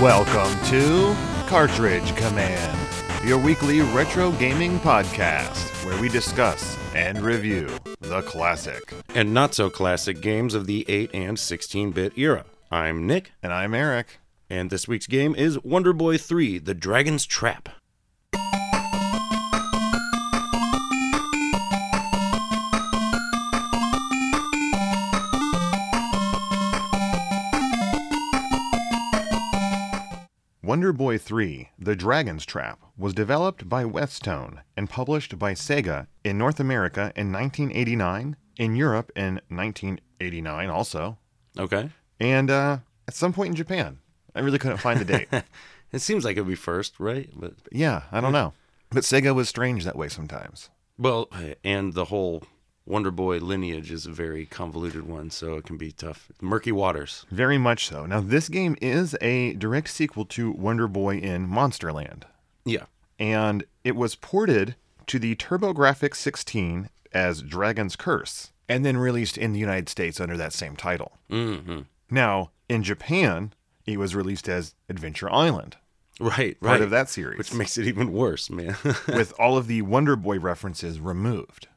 Welcome to Cartridge Command, your weekly retro gaming podcast where we discuss and review the classic. and not so classic games of the 8 and 16 bit era. I'm Nick, And I'm Eric. and this week's game is Wonder Boy 3 The Dragon's Trap. Wonder Boy 3 The Dragon's Trap was developed by Westone and published by Sega in North America in 1989, in Europe in 1989 also, Okay. and uh, at some point in Japan. I really couldn't find the date. It seems like it'd be first, right? But yeah, I don't know. But Sega was strange that way sometimes. well, and the whole Wonder Boy lineage is a very convoluted one, so it can be tough. Murky waters. Very much so. Now, this game is a direct sequel to Wonder Boy in Monsterland, Yeah. and it was ported to the TurboGrafx 16 as Dragon's Curse, and then released in the United States under that same title. hmm Now, in Japan, it was released as Adventure Island, Right, right. part of that series, Which makes it even worse, man. with all of the Wonder Boy references removed.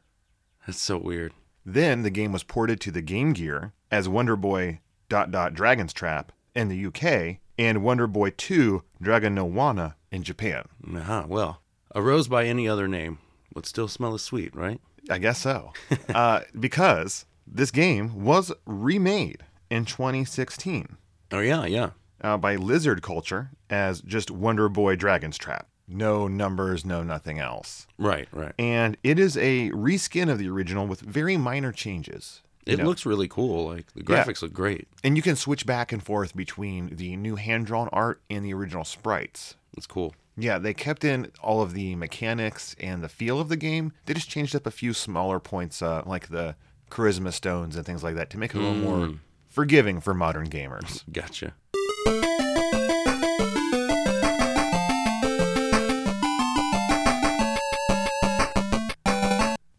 That's so weird. Then the game was ported to the Game Gear as Wonder Boy dot dot Dragon's Trap in the UK and Wonder Boy 2 Dragon no Wana in Japan. Ah, well, a rose by any other name would still smell as sweet, right? I guess so. uh, because this game was remade in 2016 Oh, yeah, yeah. uh, by Lizard Culture as just Wonder Boy Dragon's Trap. No numbers, no nothing else. Right, right. And it is a reskin of the original with very minor changes. It looks really cool. Like the Yeah. graphics look great. And you can switch back and forth between the new hand drawn art and the original sprites. It's cool. Yeah, they kept in all of the mechanics and the feel of the game. They just changed up a few smaller points, uh, like the charisma stones and things like that, to make it a little more forgiving for modern gamers. Gotcha.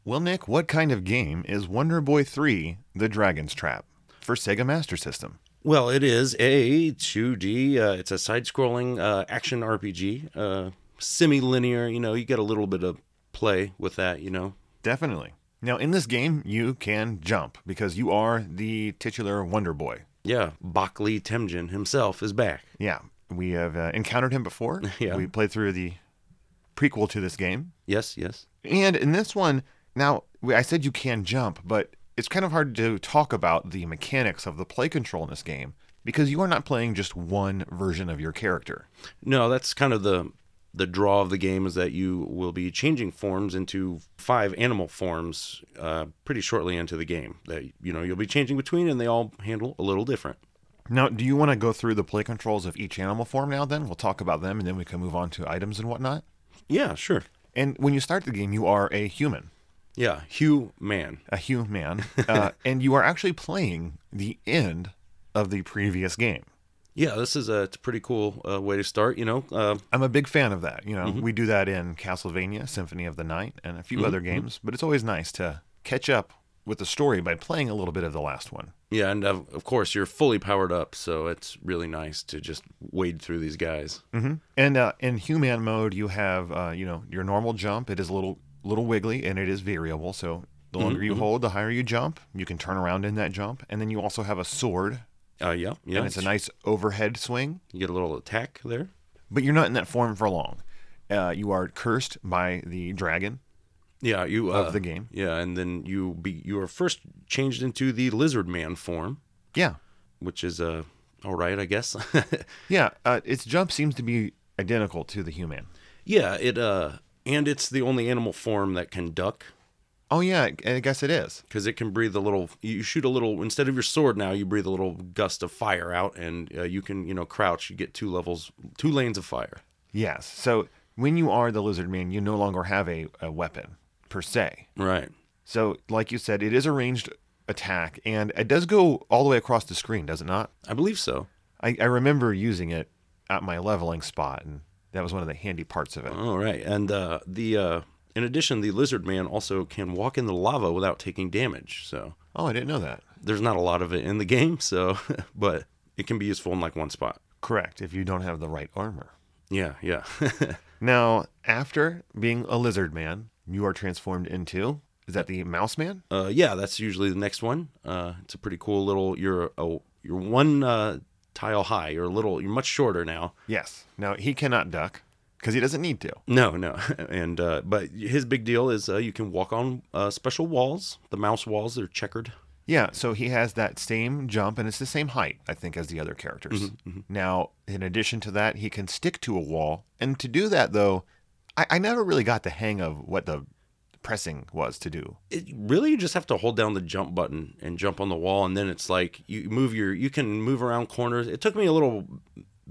Well, Nick, what kind of game is Wonder Boy 3 The Dragon's Trap for Sega Master System? Well, it is a 2D. Uh, it's a side-scrolling uh, action RPG, uh, semi-linear. You know, you get a little bit of play with that. You know, Definitely. Now, in this game, you can jump because you are the titular Wonder Boy. yeah. Bakley Temjin himself is back. Yeah, we have uh, encountered him before. Yeah. We played through the prequel to this game. Yes, yes. And in this one, now we- I said you can jump, but it's kind of hard to talk about the mechanics of the play control in this game because you are not playing just one version of your character. No, that's kind of the the draw of the game is that you will be changing forms into five animal forms uh, pretty shortly into the game. That you know you'll be changing between, and they all handle a little different. Now, do you want to go through the play controls of each animal form now then? We'll talk about them and then we can move on to items and whatnot. Yeah, sure. And when you start the game, you are a human. Yeah, Hugh Man. a human, uh, and you are actually playing the end of the previous game. Yeah, this is a, it's a pretty cool uh, way to start. You know, uh, I'm a big fan of that. You know, we do that in Castlevania, Symphony of the Night, and a few other games, but it's always nice to catch up with the story by playing a little bit of the last one. yeah, and of, of course you're fully powered up, so it's really nice to just wade through these guys. Mm-hmm. And uh, in human mode, you have uh, you know your normal jump. It is a little little wiggly and it is variable. So the longer you hold, the higher you jump. You can turn around in that jump, and then you also have a sword, Uh, yeah, yeah, and it's a nice overhead swing. you get a little attack there. But you're not in that form for long. Uh, you are cursed by the dragon Yeah, you uh, of the game. yeah, and then you be you are first changed into the lizard man form, Yeah, which is uh all right, I guess. yeah. Uh, its jump seems to be identical to the human. yeah, it uh and it's the only animal form that can duck Oh yeah, I- I guess it is. because it can breathe a little. You shoot a little instead of your sword now. You breathe a little gust of fire out, and uh, you can you know crouch. You get two levels, two lanes of fire. Yes. So when you are the lizard man, you no longer have a, a weapon per se. Right. So like you said, it is a ranged attack, and it does go all the way across the screen, does it not? I believe so. I, I remember using it at my leveling spot, and that was one of the handy parts of it. All right. And uh, the uh, in addition, the lizard man also can walk in the lava without taking damage. So Oh, I didn't know that. there's not a lot of it in the game. So, but it can be useful in like one spot. Correct, if you don't have the right armor. Yeah, yeah. Now, after being a lizard man, you are transformed into is that the mouse man? uh, yeah, that's usually the next one. Uh, it's a pretty cool little. You're a, you're one uh, tile high. You're a little. You're much shorter now. Yes. Now he cannot duck because he doesn't need to. No, no. And uh, but his big deal is uh, you can walk on uh, special walls. The mouse walls they're checkered. Yeah, so he has that same jump and it's the same height, I think, as the other characters. Now, in addition to that, he can stick to a wall. And to do that, though, I, I never really got the hang of what the pressing was to do. It, really, you just have to hold down the jump button and jump on the wall, and then it's like you move your. You can move around corners. It took me a little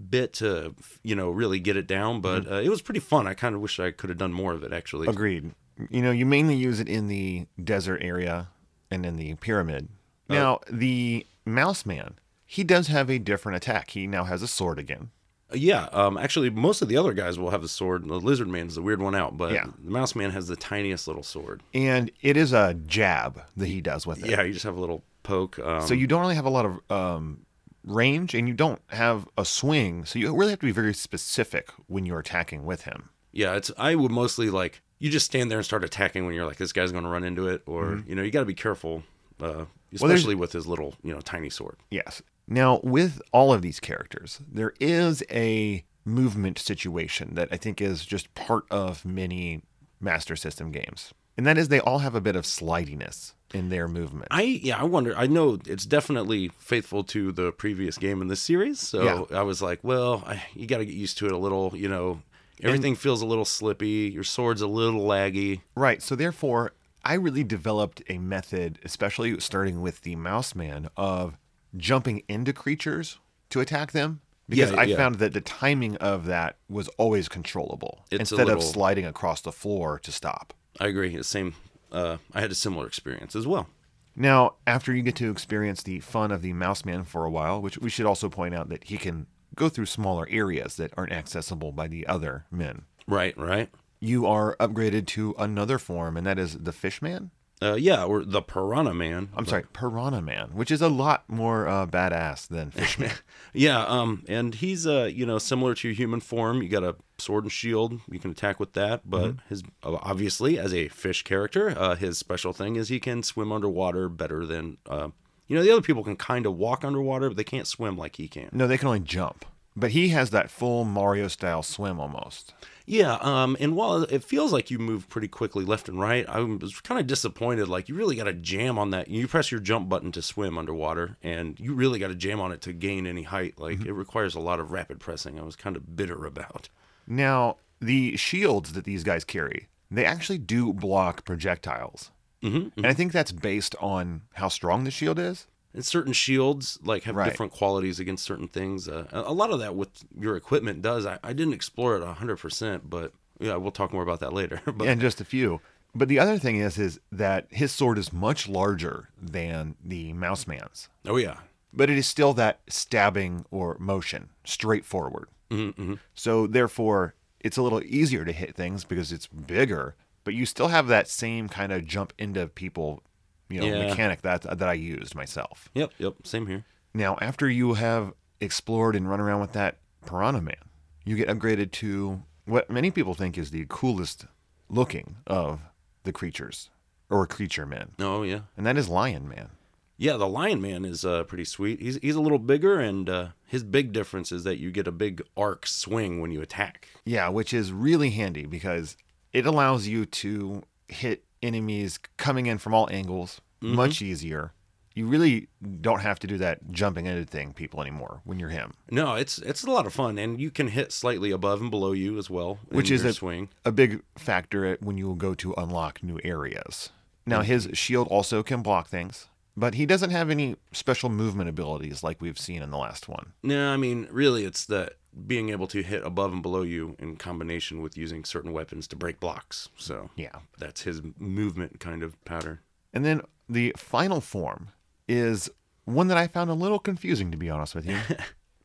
bit to you know really get it down, but Mm-hmm. uh, it was pretty fun. I kind of wish I could have done more of it actually. Agreed. You know, you mainly use it in the desert area and in the pyramid. Now, the mouse man, he does have a different attack. He now has a sword again. Yeah, um, actually, most of the other guys will have a sword. The lizard man is the weird one out, but Yeah. the mouse man has the tiniest little sword. And it is a jab that he does with it. Yeah, you just have a little poke. Um, So you don't really have a lot of um, range, and you don't have a swing. So you really have to be very specific when you're attacking with him. yeah, it's I would mostly like you just stand there and start attacking when you're like this guy's going to run into it, or you know you got to be careful, uh, there's- especially with his little you know tiny sword. Yes. Now, with all of these characters, there is a movement situation that I think is just part of many Master System games, and that is they all have a bit of slidiness in their movement. I yeah, I wonder. I know it's definitely faithful to the previous game in this series, so I was like, well, I, you got to get used to it a little, you know. Everything feels a little slippy. Your sword's a little laggy. Right. So therefore, I really developed a method, especially starting with the mouse man, of jumping into creatures to attack them. Because Yeah, I yeah. found that the timing of that was always controllable It's a instead of little- sliding across the floor to stop. I agree. The same. Uh, I had a similar experience as well. Now, after you get to experience the fun of the mouse man for a while, which we should also point out that he can go through smaller areas that aren't accessible by the other men, Right. Right. you are upgraded to another form, and that is the fish man. Uh, yeah. Or the Piranha Man. I'm sorry, Piranha Man, which is a lot more uh, badass than Fishman. Yeah. Um. And he's uh. You know, similar to your human form. You got a sword and shield. You can attack with that. But his uh, obviously as a fish character, uh, his special thing is he can swim underwater better than uh. You know, the other people can kind of walk underwater, but they can't swim like he can. no, they can only jump. But he has that full Mario style swim almost. Yeah, um, and while it feels like you move pretty quickly left and right, I was kind of disappointed. Like you really got to jam on that. You press your jump button to swim underwater, and you really got to jam on it to gain any height. Like it requires a lot of rapid pressing. I was kind of bitter about. Now, the shields that these guys carry, they actually do block projectiles. Mhm, And I think that's based on how strong the shield is. And certain shields like have Right. different qualities against certain things. Uh, a a lot of that with your equipment does. I, I didn't explore it hundred percent, but yeah, we'll talk more about that later. but and just a few. But the other thing is is that his sword is much larger than the mouse man's. oh yeah, But it is still that stabbing or motion, straightforward. Mhm, mhm. So therefore, it's a little easier to hit things because it's bigger, but you still have that same kind of jump into people, you know, Yeah. mechanic that that I used myself. yep, yep, same here. Now, after you have explored and run around with that Piranha Man, you get upgraded to what many people think is the coolest looking of the creatures or creature men, Oh yeah. and that is Lion Man. Yeah, the Lion Man is uh, pretty sweet. He's he's a little bigger, and uh, his big difference is that you get a big arc swing when you attack. Yeah, which is really handy because it allows you to hit enemies coming in from all angles much easier. You really don't have to do that jumping into thing people anymore when you're him, No, it's it's a lot of fun, and you can hit slightly above and below you as well, in Which is your a- swing. a big factor at when you go to unlock new areas. Now his shield also can block things, but he doesn't have any special movement abilities like we've seen in the last one. No, I mean really, it's that being able to hit above and below you in combination with using certain weapons to break blocks. So Yeah. that's his movement kind of pattern. And then the final form is one that I found a little confusing to be honest with you.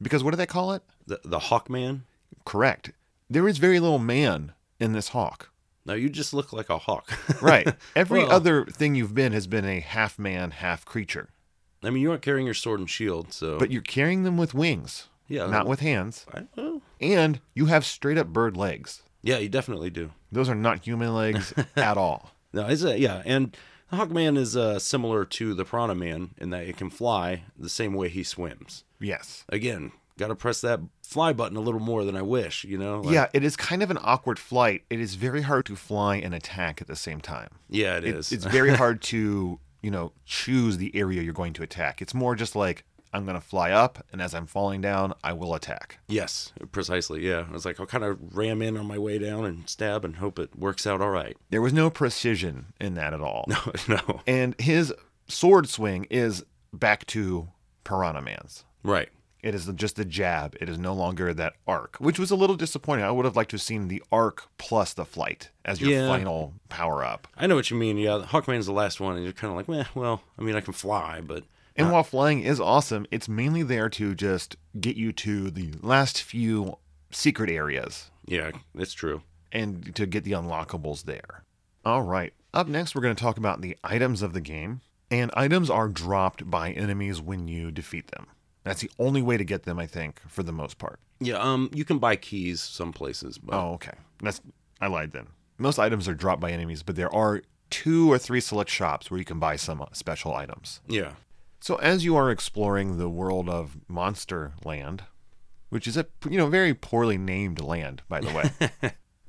because what do they call it? The the Hawk Man. Correct. There is very little man in this hawk. No, you just look like a hawk. Right. Every Well- other thing you've been has been a half man, half creature. I mean, you aren't carrying your sword and shield, so But you're carrying them with wings. Yeah. not with hands, I, well, and you have straight up bird legs. yeah, you definitely do. Those are not human legs at all. No, it's a, yeah, and the Hawkman is uh, similar to the Piranha Man in that it can fly the same way he swims. Yes. Again, got to press that fly button a little more than I wish, you know? Like- Yeah, it is kind of an awkward flight. It is very hard to fly and attack at the same time. Yeah, it It- is. It's very hard to, you know, choose the area you're going to attack. It's more just like I'm going to fly up and as I'm falling down, I will attack. yes, precisely. Yeah. I was like, I'll kind of ram in on my way down and stab and hope it works out all right. There was no precision in that at all. No, no. And his sword swing is back to Piranha Man's. Right. It is just the jab. It is no longer that arc, which was a little disappointing. I would have liked to have seen the arc plus the flight as your Yeah. final power up. I know what you mean. Yeah, Hawkman's the last one, and you're kind of like, meh, well, I mean, I can fly, but And while flying is awesome, it's mainly there to just get you to the last few secret areas yeah, it's true. and to get the unlockables there. All right. Up next, we're going to talk about the items of the game. And items are dropped by enemies when you defeat them. That's the only way to get them, I think, for the most part. Yeah, um, you can buy keys some places, but Oh, okay. That's I lied then. Most items are dropped by enemies, but there are two or three select shops where you can buy some uh, special items. yeah, So as you are exploring the world of Monster Land, which is a you know very poorly named land, by the way.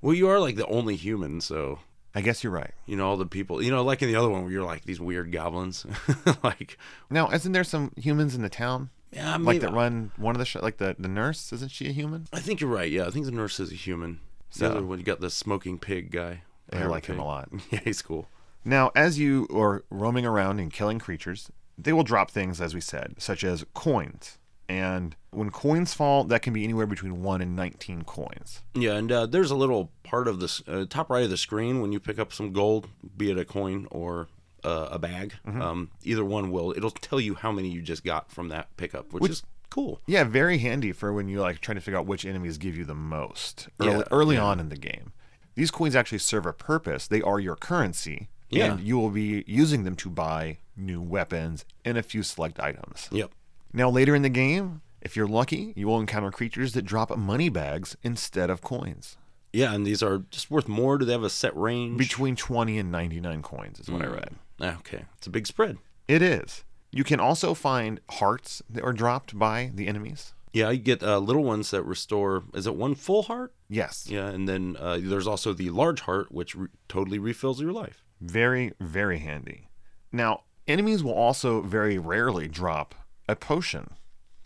well, you are like the only human, so I guess you're right. you know all the people, you know, like in the other one where you're like these weird goblins, like Now, isn't there some humans in the town yeah, I, like mean, that run one of the sh- like the the nurse? Isn't she a human? I think you're right. Yeah, I think the nurse is a human. The Yeah. other one, you got the smoking pig guy. I like him a lot. Yeah, he's cool. Now, as you are roaming around and killing creatures, they will drop things, as we said, such as coins. And when coins fall, that can be anywhere between 1 and 19 coins. Yeah, and uh, there's a little part of the s- uh, top right of the screen when you pick up some gold, be it a coin or uh, a bag. Um, either one will. It'll tell you how many you just got from that pickup, which, is cool. Yeah, very handy for when you're like trying to figure out which enemies give you the most early, Yeah, early on in the game. These coins actually serve a purpose. They are your currency, Yeah. and you will be using them to buy new weapons and a few select items. Yep. Now, later in the game, if you're lucky, you will encounter creatures that drop money bags instead of coins. Yeah, and these are just worth more. Do they have a set range? Between 20 and 99 coins is what I read. Ah, okay, it's a big spread. It is. You can also find hearts that are dropped by the enemies. Yeah, you get uh, little ones that restore. Is it one full heart? Yes. Yeah, and then uh, there's also the large heart, which re- totally refills your life. Very, very handy. Now, enemies will also very rarely drop a potion.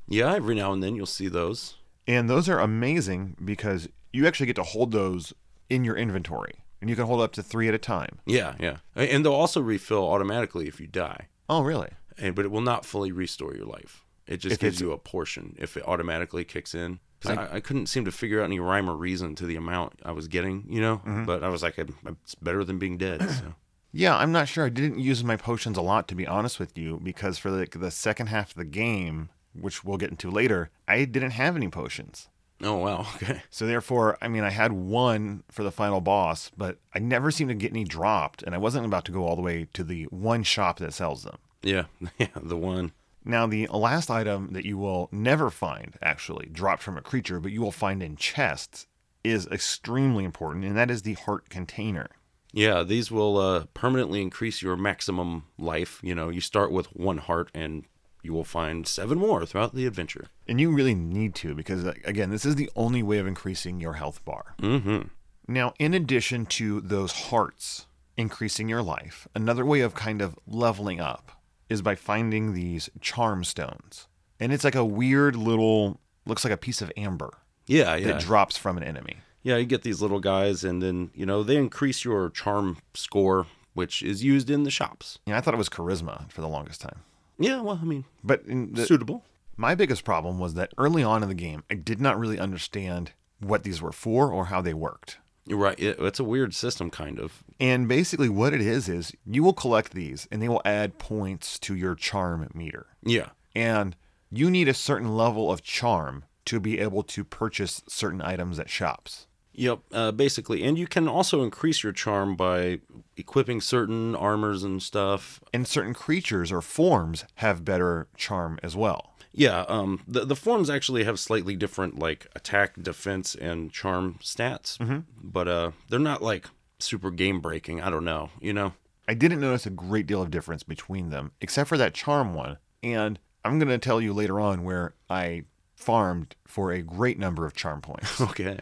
Yeah, every now and then you'll see those. And those are amazing because you actually get to hold those in your inventory. And you can hold up to three at a time. Yeah, yeah, and they'll also refill automatically if you die. Oh, really? and, but it will not fully restore your life. It just If gives it's- you a portion if it automatically kicks in. 'Cause I, I couldn't seem to figure out any rhyme or reason to the amount I was getting, you know. Mm-hmm. But I was like, I'm- I'm- it's better than being dead. So Yeah, I'm not sure. I didn't use my potions a lot, to be honest with you, because for like the second half of the game, which we'll get into later, I didn't have any potions. oh wow, okay, So therefore, I mean, I had one for the final boss, but I never seemed to get any dropped, and I wasn't about to go all the way to the one shop that sells them. yeah, yeah, the one. Now, the last item that you will never find, actually, dropped from a creature, but you will find in chests, is extremely important, and that is the heart container. Yeah, these will uh, permanently increase your maximum life. You know, you start with one heart, and you will find seven more throughout the adventure. And you really need to, because like, again, this is the only way of increasing your health bar. Mm-hmm. Now, in addition to those hearts increasing your life, another way of kind of leveling up is by finding these charm stones. And it's like a weird little, looks like a piece of amber Yeah, that yeah. drops from an enemy. Yeah, you get these little guys, and then you know they increase your charm score, which is used in the shops. Yeah, I thought it was charisma for the longest time. Yeah, well, I mean, But in the, suitable. my biggest problem was that early on in the game, I did not really understand what these were for or how they worked. You're right. It, it's a weird system, kind of. And basically, what it is is you will collect these and they will add points to your charm meter. Yeah. And you need a certain level of charm to be able to purchase certain items at shops. Yep. Uh, basically, and you can also increase your charm by equipping certain armors and stuff. And certain creatures or forms have better charm as well. Yeah, um, the the forms actually have slightly different like attack, defense, and charm stats, but uh, they're not like super game breaking. I don't know, you know. I didn't notice a great deal of difference between them, except for that charm one. And I'm going to tell you later on where I farmed for a great number of charm points. Okay.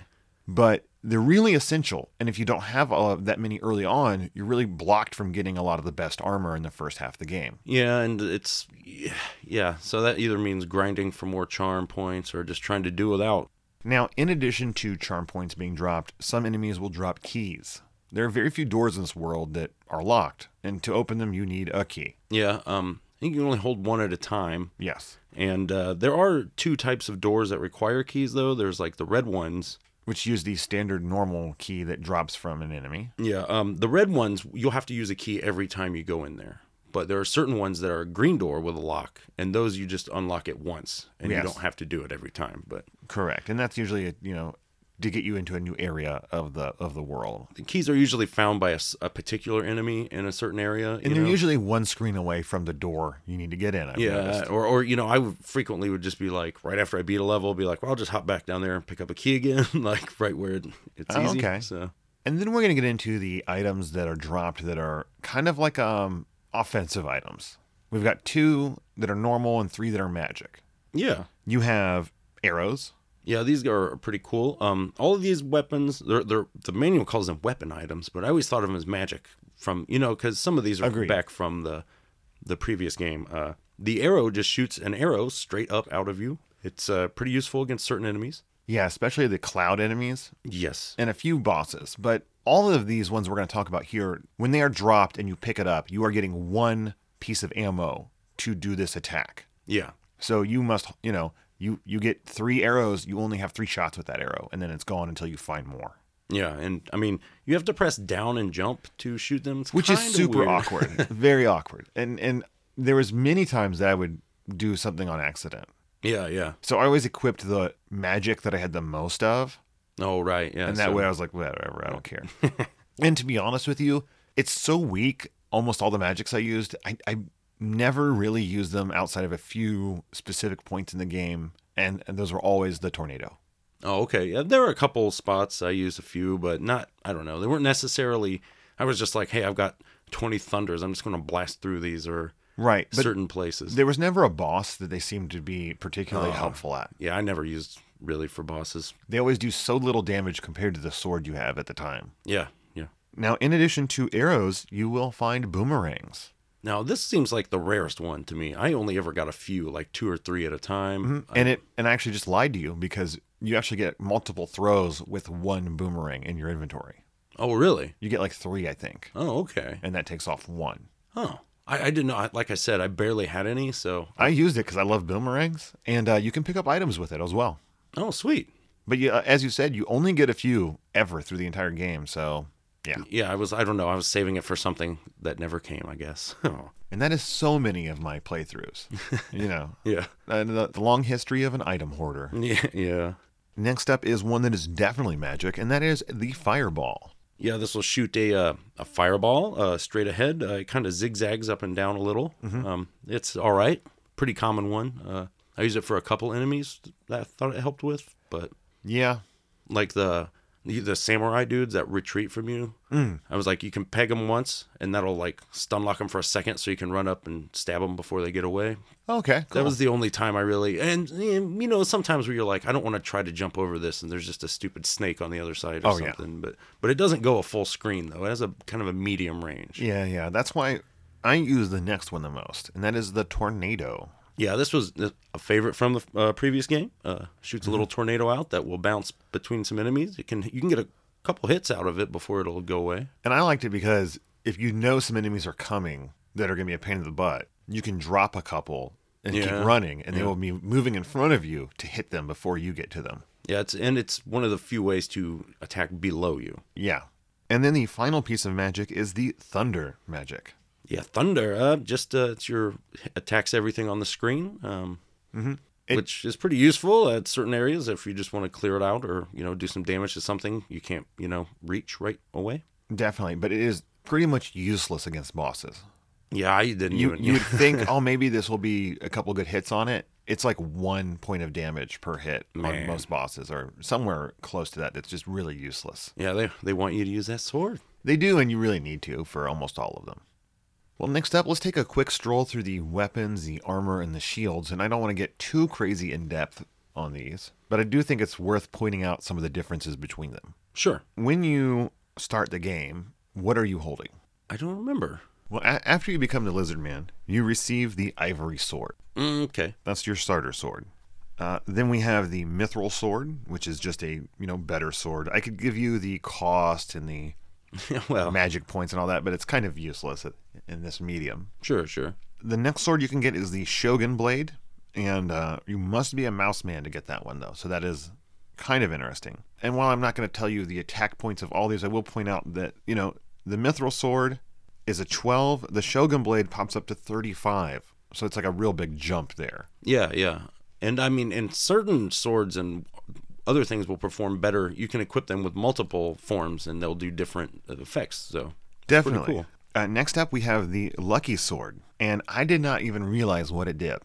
but they're really essential. And if you don't have all of that many early on, you're really blocked from getting a lot of the best armor in the first half of the game. Yeah, and it's yeah. So that either means grinding for more charm points or just trying to do without. Now, in addition to charm points being dropped, some enemies will drop keys. There are very few doors in this world that are locked, and to open them, you need a key. Yeah. Um, I think you can only hold one at a time. Yes. And uh, there are two types of doors that require keys, though. There's like the red ones. Which use the standard normal key that drops from an enemy. Yeah. Um, the red ones, you'll have to use a key every time you go in there. But there are certain ones that are a green door with a lock, and those you just unlock it once, and Yes. you don't have to do it every time. But Correct, and that's usually a, you know to get you into a new area of the of the world. the keys are usually found by a, s- a particular enemy in a certain area. you And they're know? usually one screen away from the door you need to get in. I've Yeah, noticed. or or you know, I would frequently would just be like, right after I beat a level, be like, well, I'll just hop back down there and pick up a key again, like right where it, it's Oh, easy. okay. So And then we're going to get into the items that are dropped that are kind of like um offensive items. We've got two that are normal and three that are magic. yeah, You have arrows. yeah, these are pretty cool. Um, all of these weapons, they're they're the manual calls them weapon items, but I always thought of them as magic from you know because some of these are Agreed. back from the the previous game. Uh, the arrow just shoots an arrow straight up out of you. It's uh, pretty useful against certain enemies. Yeah, especially the cloud enemies Yes. and a few bosses. But all of these ones we're going to talk about here, when they are dropped and you pick it up, you are getting one piece of ammo to do this attack. Yeah. So you must, you know, you you get three arrows. You only have three shots with that arrow, and then it's gone until you find more, Yeah, and I mean, you have to press down and jump to shoot them, It's which is kinda super weird. awkward, very awkward. And and there was many times that I would do something on accident. Yeah, yeah. So I always equipped the magic that I had the most of, Oh, right. Yeah. and that so- way I was like, whatever, I don't care. and to be honest with you, it's so weak. Almost all the magics I used, I, I never really used them outside of a few specific points in the game, and, and those were always the tornado. Oh, okay. Yeah, there were a couple spots I used a few, but not. I don't know. They weren't necessarily. I was just like, hey, I've got twenty thunders. I'm just going to blast through these or Right, but certain places. There was never a boss that they seemed to be particularly Oh. helpful at. yeah, I never used really for bosses. They always do so little damage compared to the sword you have at the time. Yeah, yeah. Now, in addition to arrows, you will find boomerangs. Now this seems like the rarest one to me. I only ever got a few, like two or three at a time. And it and I actually just lied to you because you actually get multiple throws with one boomerang in your inventory. Oh, really? You get like 3, I think, Oh, okay. and that takes off one. Huh. I, I did not. Like I said, I barely had any, so I used it cuz I love boomerangs and uh, you can pick up items with it as well. Oh, sweet. But you, uh, as you said, you only get a few ever through the entire game, so yeah. Yeah, I was. I don't know. I was saving it for something that never came. I guess. Oh. And that is so many of my playthroughs. you know, Yeah. and the, the long history of an item hoarder. Yeah. Yeah. Next up is one that is definitely magic, and that is the fireball. Yeah. This will shoot a uh, a fireball uh, straight ahead. Uh, it kind of zigzags up and down a little. Um, it's all right. Pretty common one. Uh, I use it for a couple enemies that I thought it helped with, but Yeah, like the the samurai dudes that retreat from you. Mm. I was like, you can peg them once, and that'll like stun lock them for a second, so you can run up and stab them before they get away. okay, cool. That was the only time I really and eh, you know sometimes where you're like I don't want to try to jump over this and there's just a stupid snake on the other side or Oh, yeah. something but but it doesn't go a full screen though it has a kind of a medium range yeah, yeah. That's why I use the next one the most, and that is the tornado. yeah this was a favorite from the uh, previous game uh, shoots a little Mm-hmm. tornado out that will bounce between some enemies it can you can get a couple hits out of it before it'll go away And I liked it because if you know some enemies are coming that are going to be a pain in the butt, you can drop a couple and Yeah. keep running, and they will be moving in front of you to hit them before you get to them. yeah it's and it's one of the few ways to attack below you Yeah. And then the final piece of magic is the thunder magic. yeah thunder uh, just uh, it's your attacks everything on the screen um, It- which is pretty useful at certain areas if you just want to clear it out or you know do some damage to something you can't you know reach right away Definitely, but it is pretty much useless against bosses. Yeah, I didn't You even. you would think, oh, maybe this will be a couple good hits on it. It's like one point of damage per hit on Man. most bosses, or somewhere close to that. That's just really useless. yeah, they they want you to use that sword. They do, and you really need to for almost all of them. Well, next up, let's take a quick stroll through the weapons, the armor, and the shields. And I don't want to get too crazy in depth on these, but I do think it's worth pointing out some of the differences between them. Sure. When you start the game, what are you holding? I don't remember. Well, a- after you become the Lizard Man, you receive the Ivory Sword. Mm, okay. That's your starter sword. Uh, then we have the Mithril Sword, which is just a you know better sword. I could give you the cost and the well, magic points and all that, but it's kind of useless at- in this medium. sure, sure. The next sword you can get is the Shogun Blade, and uh, you must be a mouse man to get that one, though. So that is kind of interesting. And while I'm not going to tell you the attack points of all these, I will point out that, you know, the Mithril Sword is a 12, the Shogun Blade pops up to 35. So it's like a real big jump there. Yeah, yeah. And I mean, and certain swords and other things will perform better. You can equip them with multiple forms, and they'll do different uh, effects. So Definitely. cool. Uh, next up, we have the Lucky Sword, and I did not even realize what it did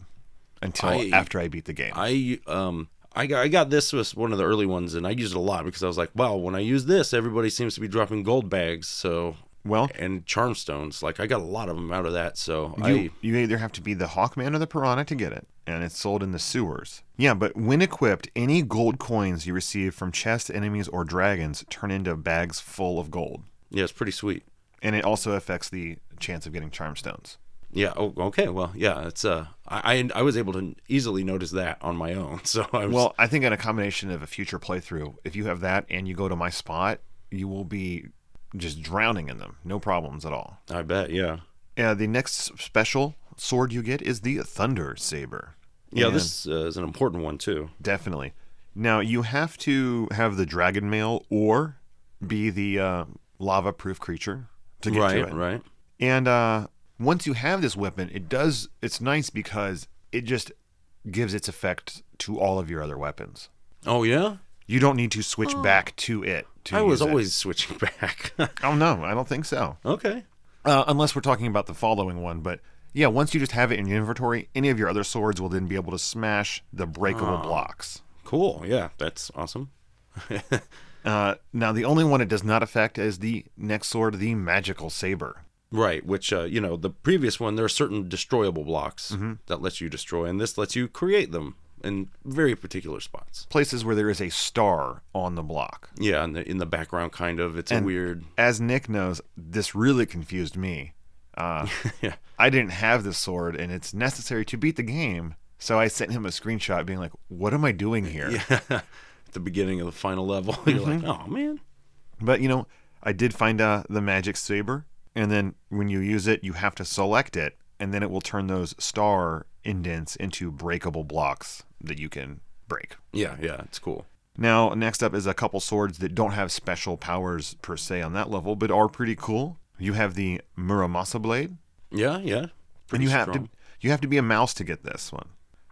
until I- after I beat the game. I um I got I got this was one of the early ones, and I used it a lot because I was like, wow, when I use this, everybody seems to be dropping gold bags. So well, and charm stones, like I got a lot of them out of that. So You, you either have to be the Hawkman or the Piranha to get it, and it's sold in the sewers. Yeah, but when equipped, any gold coins you receive from chests, enemies, or dragons turn into bags full of gold. I yeah, it's pretty sweet. And it also affects the chance of getting charm stones. Yeah. Oh, okay. Well, yeah. It's uh, I, I I was able to easily notice that on my own. So I was Well, I think in a combination of a future playthrough, if you have that and you go to my spot, you will be just drowning in them. No problems at all. I bet. Yeah. Yeah, Uh, the next special sword you get is the Thunder Saber. Yeah. And- This uh, is an important one too. Definitely. Now you have to have the dragon mail or be the uh, lava-proof creature to get to Right. it. Right. And uh, once you have this weapon, it does. It's nice because it just gives its effect to all of your other weapons. Oh yeah. You don't need to switch back to it. To I use was it. always switching back. Oh no, I don't think so. okay. Uh, unless we're talking about the following one, but. Yeah, once you just have it in your inventory, any of your other swords will then be able to smash the breakable blocks. Cool. Yeah. That's awesome. Uh, now, the only one it does not affect is the next sword, the magical saber. Right, which uh, you know, the previous one there are certain destroyable blocks that lets you destroy, and this lets you create them in very particular spots. Places where there is a star on the block. Yeah, in the in the background, kind of. It's a weird. As Nick knows, this really confused me. Uh, Yeah. I didn't have this sword, and it's necessary to beat the game. So I sent him a screenshot being like, What am I doing here? at the beginning of the final level, you're like, oh man, But, you know, I did find uh, the magic saber. And then when you use it, you have to select it, and then it will turn those star indents into breakable blocks that you can break. yeah, yeah, it's cool. Now, next up is a couple swords that don't have special powers per se on that level, but are pretty cool. You have the Muramasa blade, Yeah, yeah. and you have strong. to you have to be a mouse to get this one.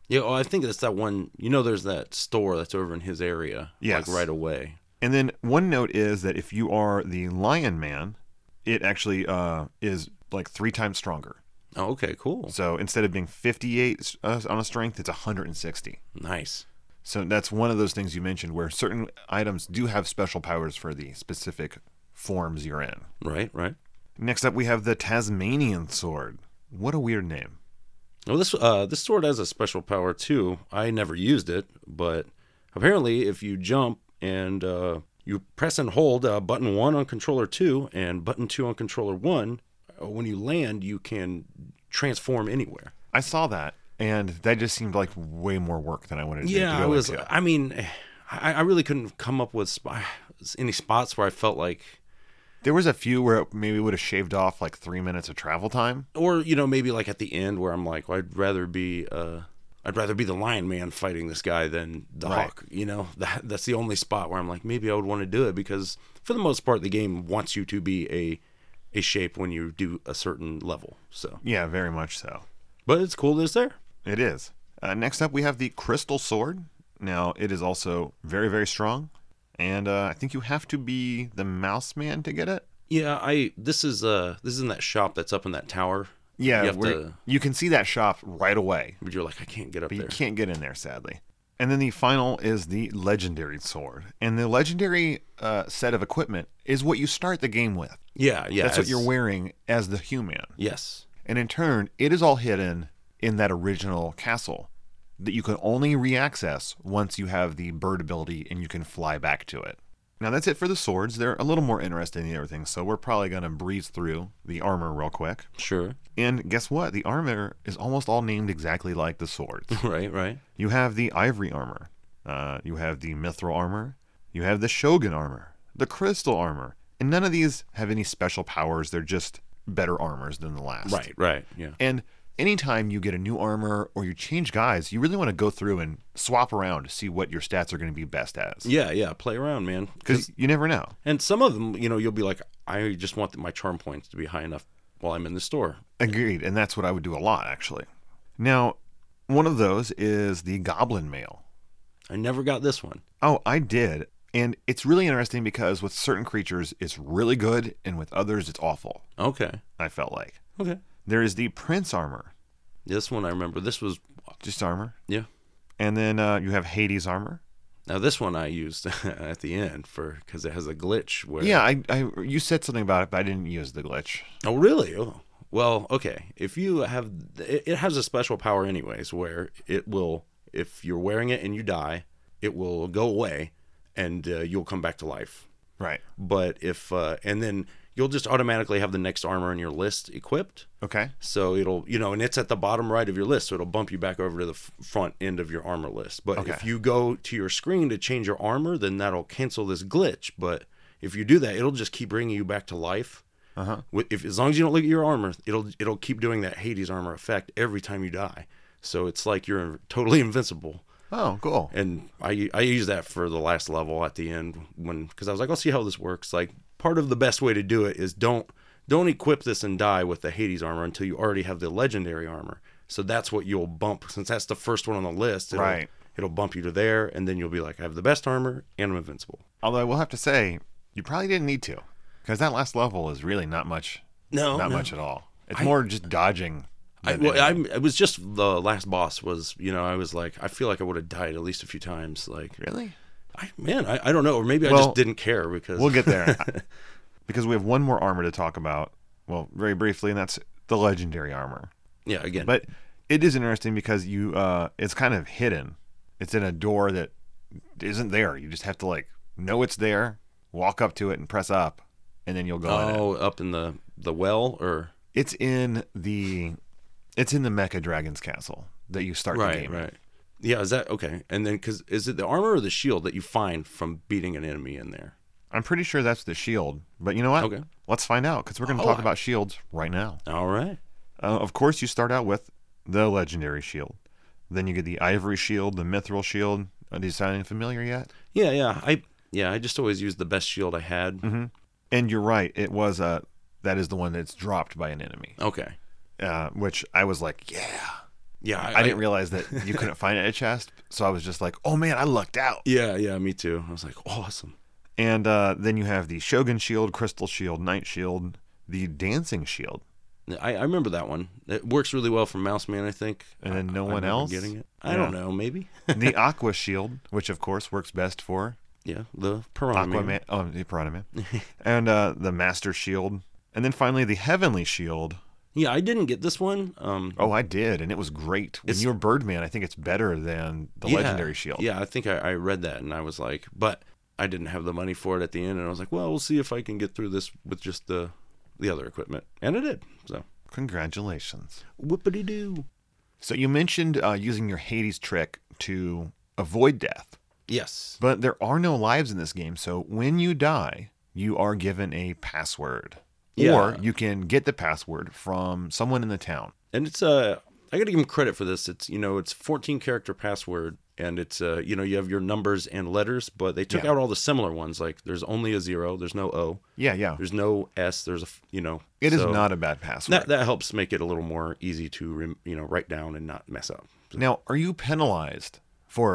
Yeah, oh, I think that's that one. You know, there's that store that's over in his area. Yes. like right away. And then one note is that if you are the Lion Man, it actually uh, is like three times stronger. Oh, okay, cool, So instead of being 58 uh, on a strength, it's 160. nice. So that's one of those things you mentioned where certain items do have special powers for the specific forms you're in. Right, right. Next up, we have the Tasmanian sword. What a weird name. Well, this uh, this sword has a special power too. I never used it, but apparently, if you jump and uh, you press and hold uh, button one on controller two and button two on controller one, uh, when you land, you can transform anywhere. I saw that, and that just seemed like way more work than I wanted to, Yeah, to go I was. uh, into. I mean, I, I really couldn't come up with sp- any spots where I felt like, There was a few where it maybe would have shaved off like three minutes of travel time. or you know, maybe like at the end where I'm like, well, I'd rather be. Uh, I'd rather be the lion man fighting this guy than the Right. hawk. You know, that that's the only spot where I'm like, maybe I would want to do it because for the most part, the game wants you to be a a shape when you do a certain level. So, Yeah, very much so. but it's cool that it's there. It is. Uh, next up, we have the Crystal Sword. Now, it is also very, very strong, and uh, I think you have to be the Mouse Man to get it. Yeah, I this is uh this is in that shop that's up in that tower. Yeah, You have where- to- you can see that shop right away, But you're like, I can't get up but you there. can't get in there, sadly. And then the final is the legendary sword. And the legendary uh, set of equipment is what you start the game with. Yeah, yeah. That's what it's- you're wearing as the human. Yes. And in turn, it is all hidden in that original castle that you can only reaccess once you have the bird ability and you can fly back to it. Now, that's it for the swords. They're a little more interesting than everything, so we're probably going to breeze through the armor real quick. Sure. And guess what? The armor is almost all named exactly like the swords. Right, right. you have the ivory armor, uh, you have the mithril armor, you have the shogun armor, the crystal armor, and none of these have any special powers. They're just better armors than the last. Right, right. Yeah. And anytime you get a new armor or you change guys, you really want to go through and swap around to see what your stats are going to be best as. Yeah, yeah. Play around, man. Because you never know. And some of them, you know, you'll be like, I just want my charm points to be high enough while I'm in the store. Agreed. And that's what I would do a lot, actually. Now, one of those is the goblin mail. I never got this one. Oh, I did. And it's really interesting because with certain creatures, it's really good, and with others, it's awful, Okay. I felt like. Okay. There is the prince armor, This one I remember. This was, just armor. yeah. And then uh, you have Hades armor. Now this one I used at the end for because it has a glitch where. Yeah, I, I, you said something about it, but I didn't use the glitch. Oh really? Oh. Well, okay. If you have, it, it has a special power anyways, where it will, if you're wearing it and you die, it will go away, and uh, you'll come back to life. Right. But if, uh, and then you'll just automatically have the next armor in your list equipped. Okay. So it'll, you know, and it's at the bottom right of your list. So it'll bump you back over to the f- front end of your armor list. But if Okay. you go to your screen to change your armor, then that'll cancel this glitch. But if you do that, it'll just keep bringing you back to life. Uh huh. Wi- If as long as you don't look at your armor, it'll it'll keep doing that Hades armor effect every time you die. So it's like you're in- totally invincible. Oh, cool. And I I used that for the last level at the end when because I was like I'll see how this works. Like part of the best way to do it is don't don't equip this and die with the Hades armor until you already have the legendary armor. So that's what you'll bump since that's the first one on the list. It'll, Right. It'll bump you to there, and then you'll be like I have the best armor and I'm invincible. Although I will have to say, you probably didn't need to, because that last level is really not much, No, not Oh, no. much at all. It's more just dodging. I, than well, anything. I'm, it was just the last boss was, you know, I was like, I feel like I would have died at least a few times. Like, really? I, man, I, I don't know. Or maybe I Well, just didn't care because. We'll get there, because we have one more armor to talk about. Well, very briefly, and that's the legendary armor. yeah, again. But it is interesting because you, uh, it's kind of hidden. It's in a door that isn't there. You just have to like know it's there, walk up to it, and press up, and then you'll go in it. oh, up in the, the well or. It's in the it's in the Mecha Dragon's Castle that you start the Right, game. in. right. Yeah, is that okay? And then, because is it the armor or the shield that you find from beating an enemy in there? I'm pretty sure that's the shield, but you know what? Okay. Let's find out because we're going to Oh, talk I- about shields right now. All right. Uh, of course, you start out with the legendary shield. Then you get the ivory shield, the mithril shield. Are these sounding familiar yet? Yeah, yeah. I yeah, I just always used the best shield I had. Mm-hmm. And you're right, it was uh, that is the one that's dropped by an enemy, Okay. uh, which I was like, yeah. Yeah, I, didn't realize that you couldn't find it at a chest, so I was just like, oh man, I lucked out. Yeah, yeah. Me too. I was like, awesome. And uh, then you have the Shogun Shield, Crystal Shield, Knight Shield, the Dancing Shield, I, I remember that one. It works really well for Mouse Man, I think. And then I- no I one remember else? getting it. I don't know, maybe. the Aqua Shield, which of course works best for yeah, the Piranha Man. Aquaman, oh, the Piranha Man, and uh, the Master Shield, and then finally the Heavenly Shield. Yeah, I didn't get this one. Um, Oh, I did, and it was great. When It's- you're Birdman, I think it's better than the yeah, Legendary Shield. Yeah, I think I, I read that and I was like, but I didn't have the money for it at the end, and I was like, well, we'll see if I can get through this with just the the other equipment, and I did. So Congratulations. whoopity doo. So you mentioned uh, using your Hades trick to avoid death. Yes. But there are no lives in this game, so when you die, you are given a password. Or Yeah. you can get the password from someone in the town. and it's uh i gotta give him credit for this it's you know it's 14 character password and it's uh you know you have your numbers and letters but they took Yeah. out all the similar ones like there's only a zero there's no o Yeah, yeah. there's no s there's a f- you know It is so not a bad password. that that helps make it a little more easy to rem, you know write down and not mess up now, are you penalized for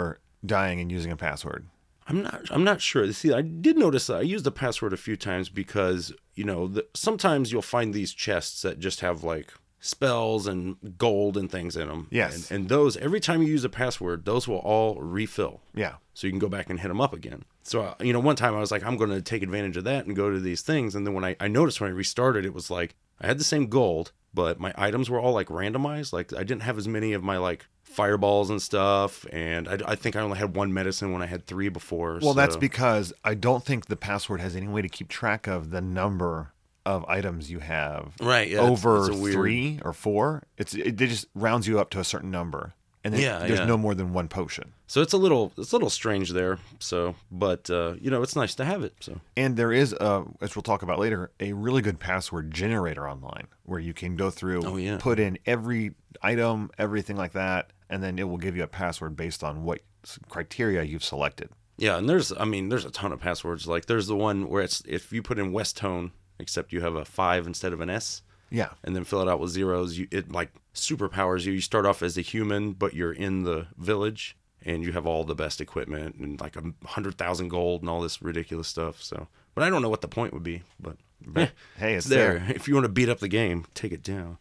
dying and using a password? I'm not. I'm not sure. See, I did notice that I used the password a few times because you know the, sometimes you'll find these chests that just have like spells and gold and things in them. Yes. And, and those, every time you use a password, those will all refill. Yeah. So you can go back and hit them up again. So, uh, you know, one time I was like, I'm going to take advantage of that and go to these things. And then when I, I noticed when I restarted, it was like I had the same gold, but my items were all like randomized. Like I didn't have as many of my like fireballs and stuff. And I, I think I only had one medicine when I had three before. Well, that's so- because I don't think the password has any way to keep track of the number of items you have. Right, Mm, yeah, it's- over it's a weird- three or four, it's it, it just rounds you up to a certain number, and then Yeah, there's yeah. no more than one potion. So it's a little, it's a little strange there. So, but, uh, you know, it's nice to have it. So, And there is, a, as we'll talk about later, a really good password generator online where you can go through, Oh, yeah. put in every item, everything like that, and then it will give you a password based on what s- criteria you've selected. Yeah, and there's I mean there's a ton of passwords. Like there's the one where it's if you put in West Tone, except you have a five instead of an S, Yeah, and then fill it out with zeros, you it like superpowers you. You start off as a human, but you're in the village and you have all the best equipment and like a hundred thousand gold and all this ridiculous stuff. So but I don't know what the point would be, but eh, hey, it's it's there. If you want to beat up the game, take it down.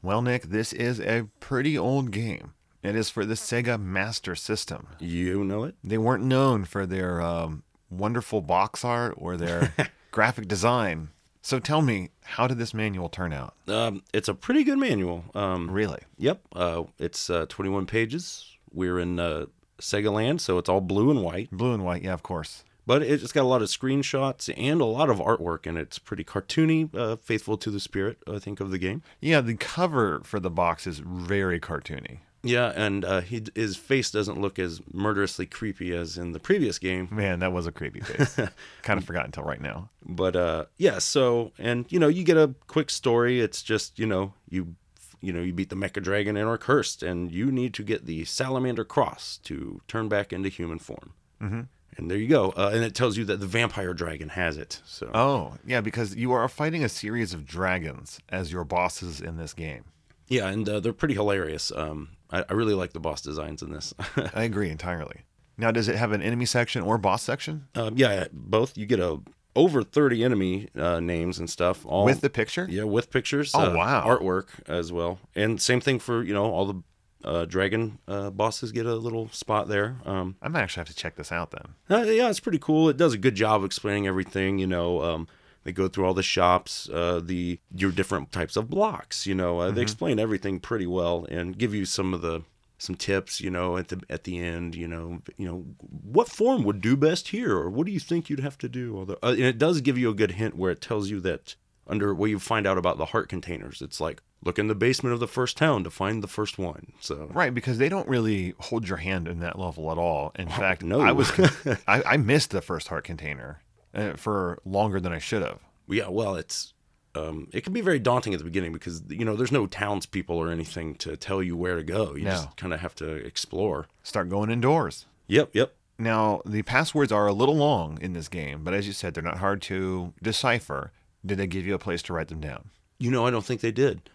Well, Nick, this is a pretty old game. It is for the Sega Master System. You know it? They weren't known for their um, wonderful box art or their graphic design. So tell me, how did this manual turn out? Um, it's a pretty good manual. Um, Really? Yep. Uh, it's uh, 21 pages. We're in uh, Sega Land, so it's all blue and white. Blue and white, yeah, of course. But it- it's got a lot of screenshots and a lot of artwork, and it's pretty cartoony, uh, faithful to the spirit, I think, of the game. Yeah, the cover for the box is very cartoony. Yeah, and uh, he, his face doesn't look as murderously creepy as in the previous game. Man, that was a creepy face. kind of forgot until right now. but uh yeah so and you know you get a quick story it's just you know you you know you beat the mecha dragon and are cursed and you need to get the salamander cross to turn back into human form mm-hmm. and there you go uh, and it tells you that the vampire dragon has it so Oh, yeah, because you are fighting a series of dragons as your bosses in this game. yeah and uh, they're pretty hilarious um I, I really like the boss designs in this I agree entirely. Now, does it have an enemy section or boss section um, yeah both you get a over 30 enemy uh, names and stuff all with the picture? Oh, Yeah, with pictures. uh, Oh, wow. Artwork as well, and same thing for you know all the uh, dragon uh, bosses get a little spot there. Um, I might actually have to check this out then. uh, yeah, it's pretty cool. It does a good job explaining everything. You know, um, they go through all the shops, uh, the your different types of blocks. You know, uh, they explain everything pretty well and give you some of the some tips. You know, at the at the end, you know, you know what form would do best here, or what do you think you'd have to do? Although, uh, and it does give you a good hint where it tells you that under where you find out about the heart containers, it's like look in the basement of the first town to find the first one. So Right, because they don't really hold your hand in that level at all. In fact, Oh, no. I was con- I, I missed the first heart container uh, for longer than I should have. Yeah, uh, well, it's um, it can be very daunting at the beginning because you know there's no townspeople or anything to tell you where to go. You No. just kind of have to explore. Start going indoors. Yep, yep. Now, the passwords are a little long in this game, but as you said, they're not hard to decipher. Did they give you a place to write them down? You know, I don't think they did,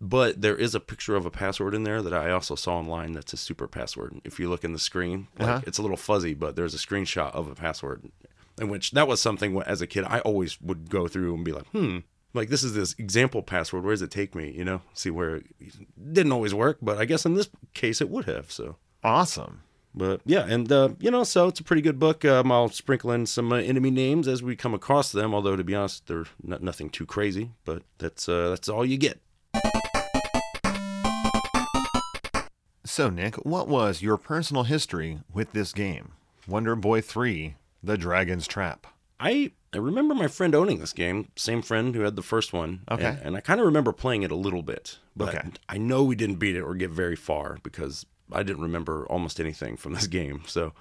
but there is a picture of a password in there that I also saw online. That's a super password. If you look in the screen, like, it's a little fuzzy, but there's a screenshot of a password, in which that was something wh- as a kid I always would go through and be like, hmm. Like this is this example password. Where does it take me? You know, see where it didn't always work, but I guess in this case it would have. So Awesome. But yeah, and uh, you know, so it's a pretty good book. Um, I'll sprinkle in some uh, enemy names as we come across them. Although to be honest, they're not, nothing too crazy. But that's uh, that's all you get. So, Nick, what was your personal history with this game? Wonder Boy 3 The Dragon's Trap. I I remember my friend owning this game, same friend who had the first one. Okay. and, and I kind of remember playing it a little bit, but Okay. I know we didn't beat it or get very far because I didn't remember almost anything from this game. So,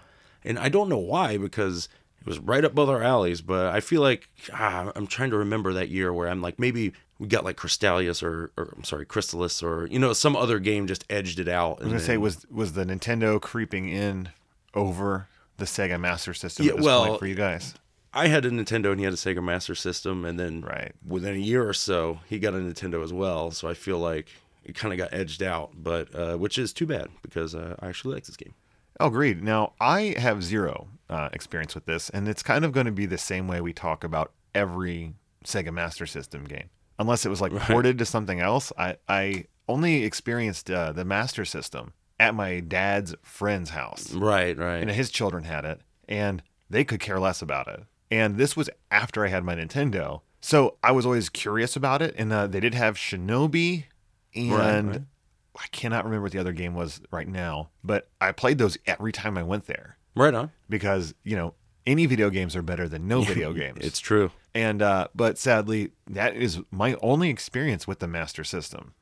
and I don't know why because it was right up both our alleys. But I feel like ah, I'm trying to remember that year where I'm like maybe we got like Crystalius or, or I'm sorry Crystallis or you know some other game just edged it out. I was going to say, was, was the Nintendo creeping in over the Sega Master System Yeah, at this well, point for you guys? I had a Nintendo and he had a Sega Master System, and then Right. within a year or so, he got a Nintendo as well. So I feel like it kind of got edged out, but uh, which is too bad because uh, I actually like this game. Oh, agreed. Now, I have zero uh, experience with this, and it's kind of going to be the same way we talk about every Sega Master System game, unless it was like ported to something else. I I only experienced uh, the Master System at my dad's friend's house, Right, right. and his children had it, and they could care less about it. And this was after I had my Nintendo, so I was always curious about it. And uh, they did have Shinobi, and right. I cannot remember what the other game was right now, but I played those every time I went there right on. because you know any video games are better than no video games. It's true. and uh, but sadly, that is my only experience with the Master System.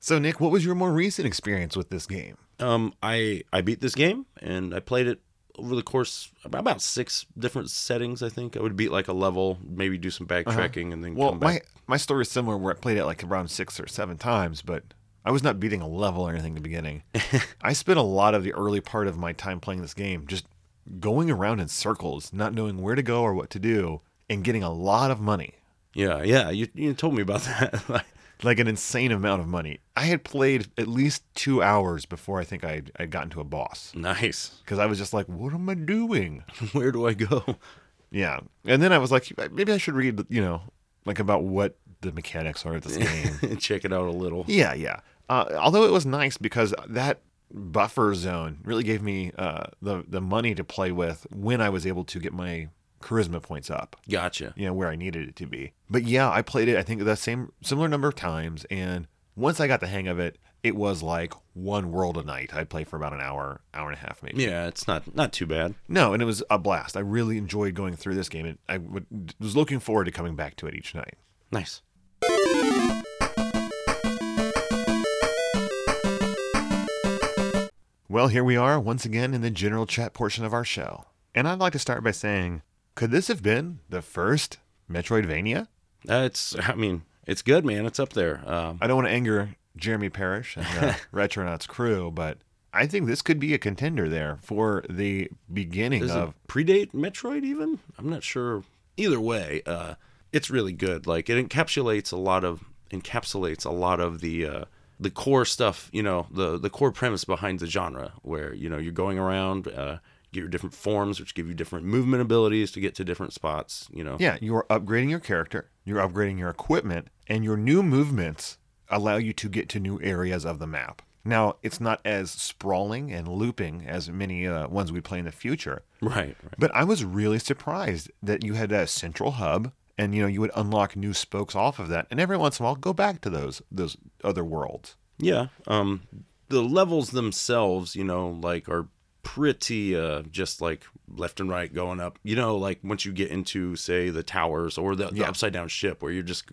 So Nick, what was your more recent experience with this game? Um, I I beat this game and I played it over the course of about six different settings. I think I would beat like a level, maybe do some backtracking, and then Well, come back. my my story is similar where I played it like around six or seven times, but I was not beating a level or anything in the beginning. I spent a lot of the early part of my time playing this game just going around in circles, not knowing where to go or what to do, and getting a lot of money. Yeah, yeah. You you told me about that. Like, Like an insane amount of money. I had played at least two hours before I think I had gotten to a boss nice. because I was just like, what am I doing? Where do I go? Yeah. And then I was like, maybe I should read, you know, like about what the mechanics are of this game. Check it out a little. Yeah, yeah. Uh, although it was nice because that buffer zone really gave me uh, the the money to play with when I was able to get my charisma points up, Gotcha. you know, where I needed it to be. But yeah, I played it. I think the same similar number of times, and once I got the hang of it, it was like one world a night. I'd play for about an hour, hour and a half, maybe. Yeah, it's not not too bad. No, and it was a blast. I really enjoyed going through this game, and I would, was looking forward to coming back to it each night. Nice. Well, here we are once again in the general chat portion of our show. And I'd like to start by saying, could this have been the first Metroidvania? Uh, it's I mean it's good, man. It's up there. Um, I don't want to anger Jeremy Parrish and the Retronauts crew, but I think this could be a contender there for the beginning does of. it predate Metroid even? I'm not sure. Either way, uh, it's really good. Like it encapsulates a lot of encapsulates a lot of the uh, the core stuff. You know, the the core premise behind the genre, where you know you're going around, uh, get your different forms, which give you different movement abilities to get to different spots. You know, Yeah, you are upgrading your character, you're upgrading your equipment, and your new movements allow you to get to new areas of the map. Now, it's not as sprawling and looping as many uh, ones we play in the future, right, right. But I was really surprised that you had a central hub and you know you would unlock new spokes off of that and every once in a while go back to those those other worlds. Yeah. Um the levels themselves, you know, like are pretty uh just like left and right going up. You know, like once you get into say the towers or the, the Yeah. upside down ship where you're just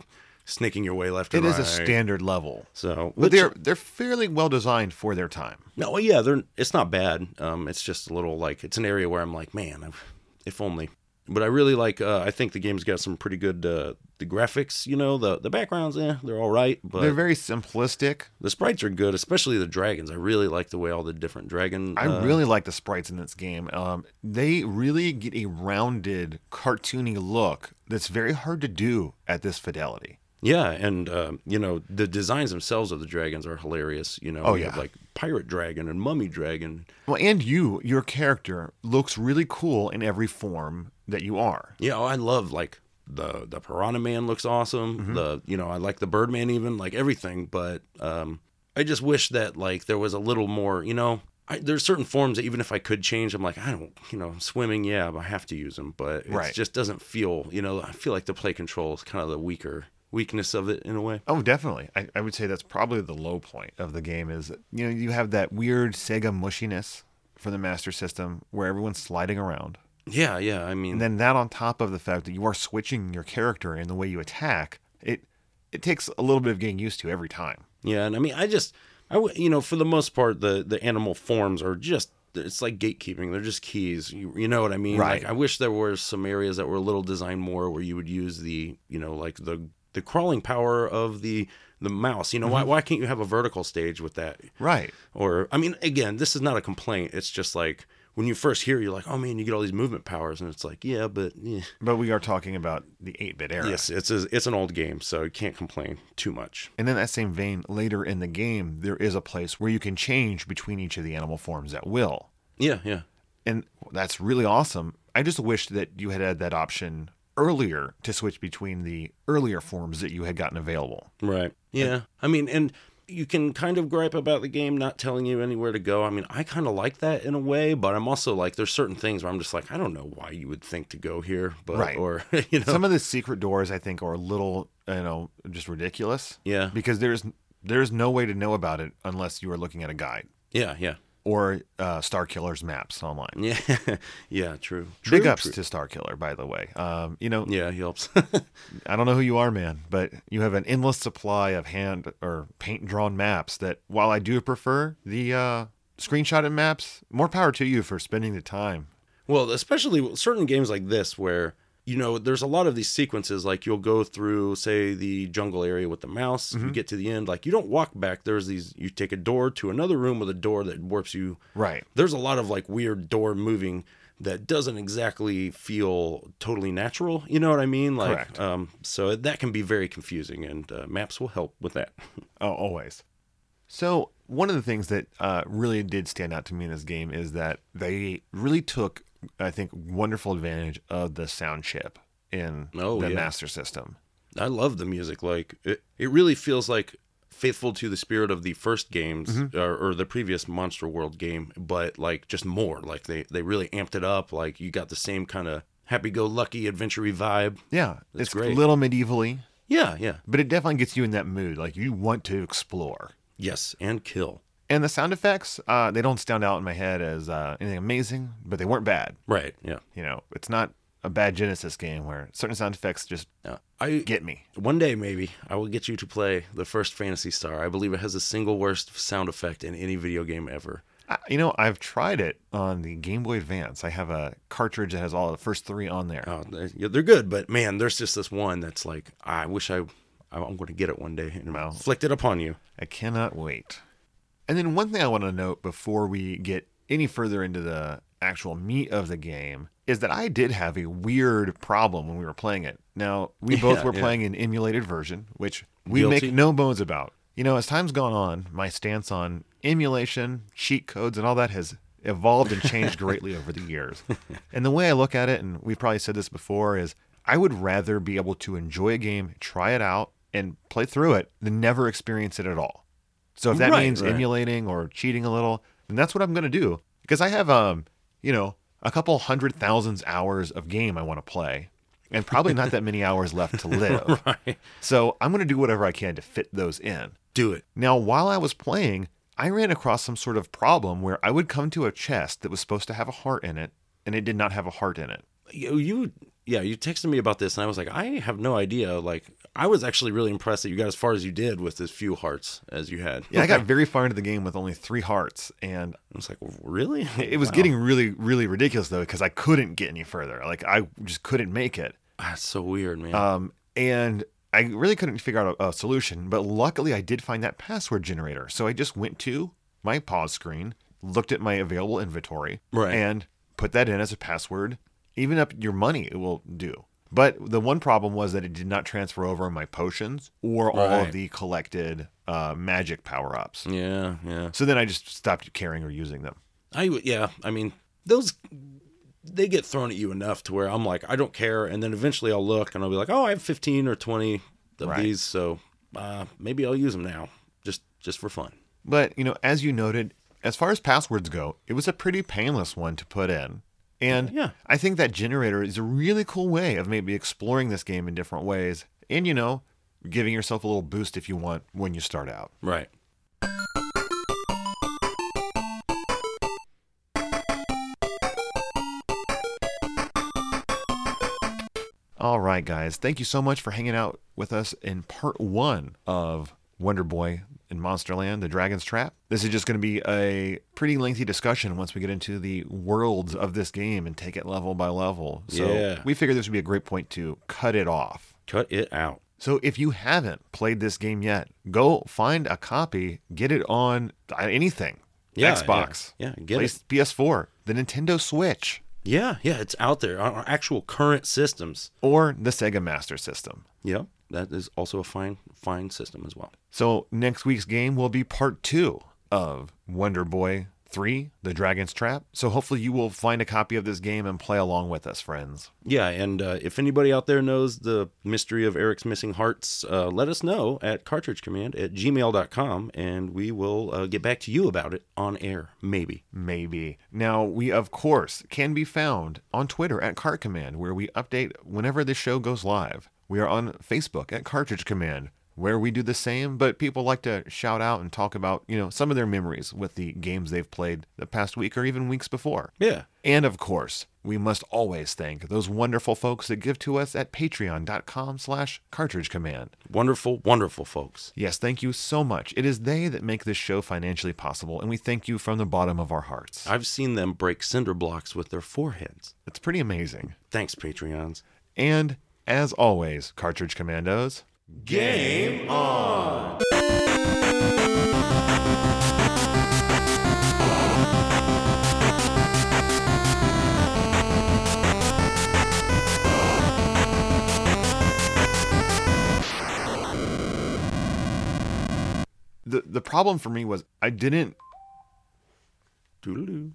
snaking your way left It and is right. a standard level. so But which, they're they're fairly well designed for their time. no, well, yeah, they're it's not bad. Um it's just a little like it's an area where I'm like, man, I've, if only but I really like. Uh, I think the game's got some pretty good uh, the graphics. You know, the the backgrounds, yeah, they're all right. But they're very simplistic. the sprites are good, especially the dragons. I really like the way all the different dragon. I uh, really like the sprites in this game. Um, they really get a rounded, cartoony look that's very hard to do at this fidelity. Yeah, and uh, you know the designs themselves of the dragons are hilarious. You know, Oh, you have, yeah. like pirate dragon and mummy dragon. Well, and you, your character looks really cool in every form that you are. Yeah, oh, I love like the the piranha man looks awesome. Mm-hmm. The you know I like the birdman even like everything, but um, I just wish that like there was a little more. You know, I, there's certain forms that even if I could change, I'm like I don't. You know, swimming, yeah, I have to use them, but it Right. just doesn't feel. You know, I feel like the play control is kind of the weaker weakness of it in a way. Oh, definitely. I, I would say that's probably the low point of the game is, you know, you have that weird Sega mushiness for the Master System where everyone's sliding around. Yeah, yeah. I mean, And then that on top of the fact that you are switching your character and the way you attack, it it takes a little bit of getting used to every time. Yeah, and I mean, I just, I w- you know, for the most part, the the animal forms are just. It's like gatekeeping. They're just keys. You, you know what I mean? Right. Like, I wish there were some areas that were a little designed more where you would use the, you know, like the the crawling power of the the mouse. You know, why why can't you have a vertical stage with that? Right. Or I mean, again, this is not a complaint. It's just like when you first hear, it, you're like, oh man, you get all these movement powers, and it's like, yeah, but eh. But we are talking about the 8 bit era. yes, it's a, it's an old game, so you can't complain too much. And in that same vein, later in the game, there is a place where you can change between each of the animal forms at will. Yeah, yeah. And that's really awesome. I just wish that you had had that option earlier to switch between the earlier forms that you had gotten available. Right. Yeah. I mean, and you can kind of gripe about the game not telling you anywhere to go. I mean, I kind of like that in a way, but I'm also like, there's certain things where I'm just like, I don't know why you would think to go here, but Right. or you know, Some of the secret doors I think are a little, you know, just ridiculous yeah, because there's there's no way to know about it unless you are looking at a guide yeah, yeah, or uh, Star Killer's maps online. yeah, yeah. True. true Big ups true. to Star Killer, by the way. Um, you know, Yeah, he helps. I don't know who you are, man, but you have an endless supply of hand or paint drawn maps that while I do prefer the uh screenshotted maps, more power to you for spending the time. Well, especially with certain games like this where you know there's a lot of these sequences like you'll go through say the jungle area with the mouse Mm-hmm. you get to the end like you don't walk back there's these you take a door to another room with a door that warps you Right. there's a lot of like weird door moving that doesn't exactly feel totally natural you know what i mean like Correct. um so that can be very confusing and uh, maps will help with that Oh, always. So one of the things that uh, really did stand out to me in this game is that they really took, I think, wonderful advantage of the sound chip in Oh, the yeah. Master System. I love the music. Like it, it really feels like faithful to the spirit of the first games or, or the previous Monster World game, but like just more. Like they they really amped it up. Like you got the same kind of happy-go-lucky adventure vibe. Yeah, That's it's a great. little medievally, Yeah, yeah, but it definitely gets you in that mood. Like you want to explore. yes, and kill. And the sound effects, uh, they don't stand out in my head as uh, anything amazing, but they weren't bad. Right. Yeah. You know, it's not a bad Genesis game where certain sound effects just Yeah. Uh, I get me. one day maybe I will get you to play the first Fantasy Star. I believe it has the single worst sound effect in any video game ever. I, you know, I've tried it on the Game Boy Advance. I have a cartridge that has all the first three on there. Oh, they- yeah, they're good, but man, there's just this one that's like I wish I. I'm going to get it one day and Well. inflict it upon you. I cannot wait. And then one thing I want to note before we get any further into the actual meat of the game is that I did have a weird problem when we were playing it. Now, we both Yeah, were yeah. playing an emulated version, which we Guilty. make no bones about. You know, as time's gone on, my stance on emulation, cheat codes, and all that has evolved and changed greatly over the years. And the way I look at it, and we've probably said this before, is I would rather be able to enjoy a game, try it out, and play through it than never experience it at all. So if that Right, means right. emulating or cheating a little, then that's what I'm gonna do because I have um, you know, a couple hundred thousands hours of game I want to play, and probably not that many hours left to live. Right. So I'm gonna do whatever I can to fit those in. Do it. Now, while I was playing, I ran across some sort of problem where I would come to a chest that was supposed to have a heart in it, and it did not have a heart in it. You, you yeah, you texted me about this and I was like, I have no idea. Like I was actually really impressed that you got as far as you did with as few hearts as you had. Yeah, I got very far into the game with only three hearts, and I was like, really? It was getting really, really ridiculous though, because I couldn't get any further. Like I just couldn't make it. That's Ah, so weird, man. Um, and I really couldn't figure out a, a solution. But luckily, I did find that password generator. So I just went to my pause screen, looked at my available inventory, Right. and put that in as a password. Even up your money, it will do. But the one problem was that it did not transfer over my potions or all Right. of the collected uh, magic power ups. yeah, yeah. So then I just stopped caring or using them. I would- yeah, I mean, those they get thrown at you enough to where I'm like, I don't care, and then eventually I'll look and I'll be like, oh, I have 15 or 20 of Right. these, so uh, maybe I'll use them now, just just for fun. But, you know, as you noted, as far as passwords go, it was a pretty painless one to put in. And Yeah. I think that generator is a really cool way of maybe exploring this game in different ways and, you know, giving yourself a little boost if you want when you start out. Right. All right, guys. Thank you so much for hanging out with us in part one of Wonder Boy in Monsterland, The Dragon's Trap. This is just going to be a pretty lengthy discussion once we get into the worlds of this game and take it level by level. So Yeah. we figured this would be a great point to cut it off. Cut it out. So if you haven't played this game yet, go find a copy, get it on anything. Yeah, Xbox, yeah. Yeah, get Place- PS4, the Nintendo Switch, Yeah, yeah, it's out there on our actual current systems. or the Sega Master System. Yeah, that is also a fine, fine system as well. So next week's game will be part two of Wonder Boy 3, The Dragon's Trap. So hopefully you will find a copy of this game and play along with us, friends. Yeah, and uh, if anybody out there knows the mystery of Eric's missing hearts, uh, let us know at cartridgecommand at gmail.com and we will uh, get back to you about it on air, maybe. Maybe. Now, we, of course, can be found on Twitter at Cart Command, where we update whenever this show goes live. We are on Facebook at Cartridge Command, where we do the same, but people like to shout out and talk about, you know, some of their memories with the games they've played the past week or even weeks before. Yeah. And of course, we must always thank those wonderful folks that give to us at patreon.com slash cartridge command. Wonderful, wonderful folks. Yes, thank you so much. It is they that make this show financially possible, and we thank you from the bottom of our hearts. I've seen them break cinder blocks with their foreheads. It's pretty amazing. Thanks, Patreons. And as always, Cartridge Commandos, Game on! the, the problem for me was I didn't Toodaloo.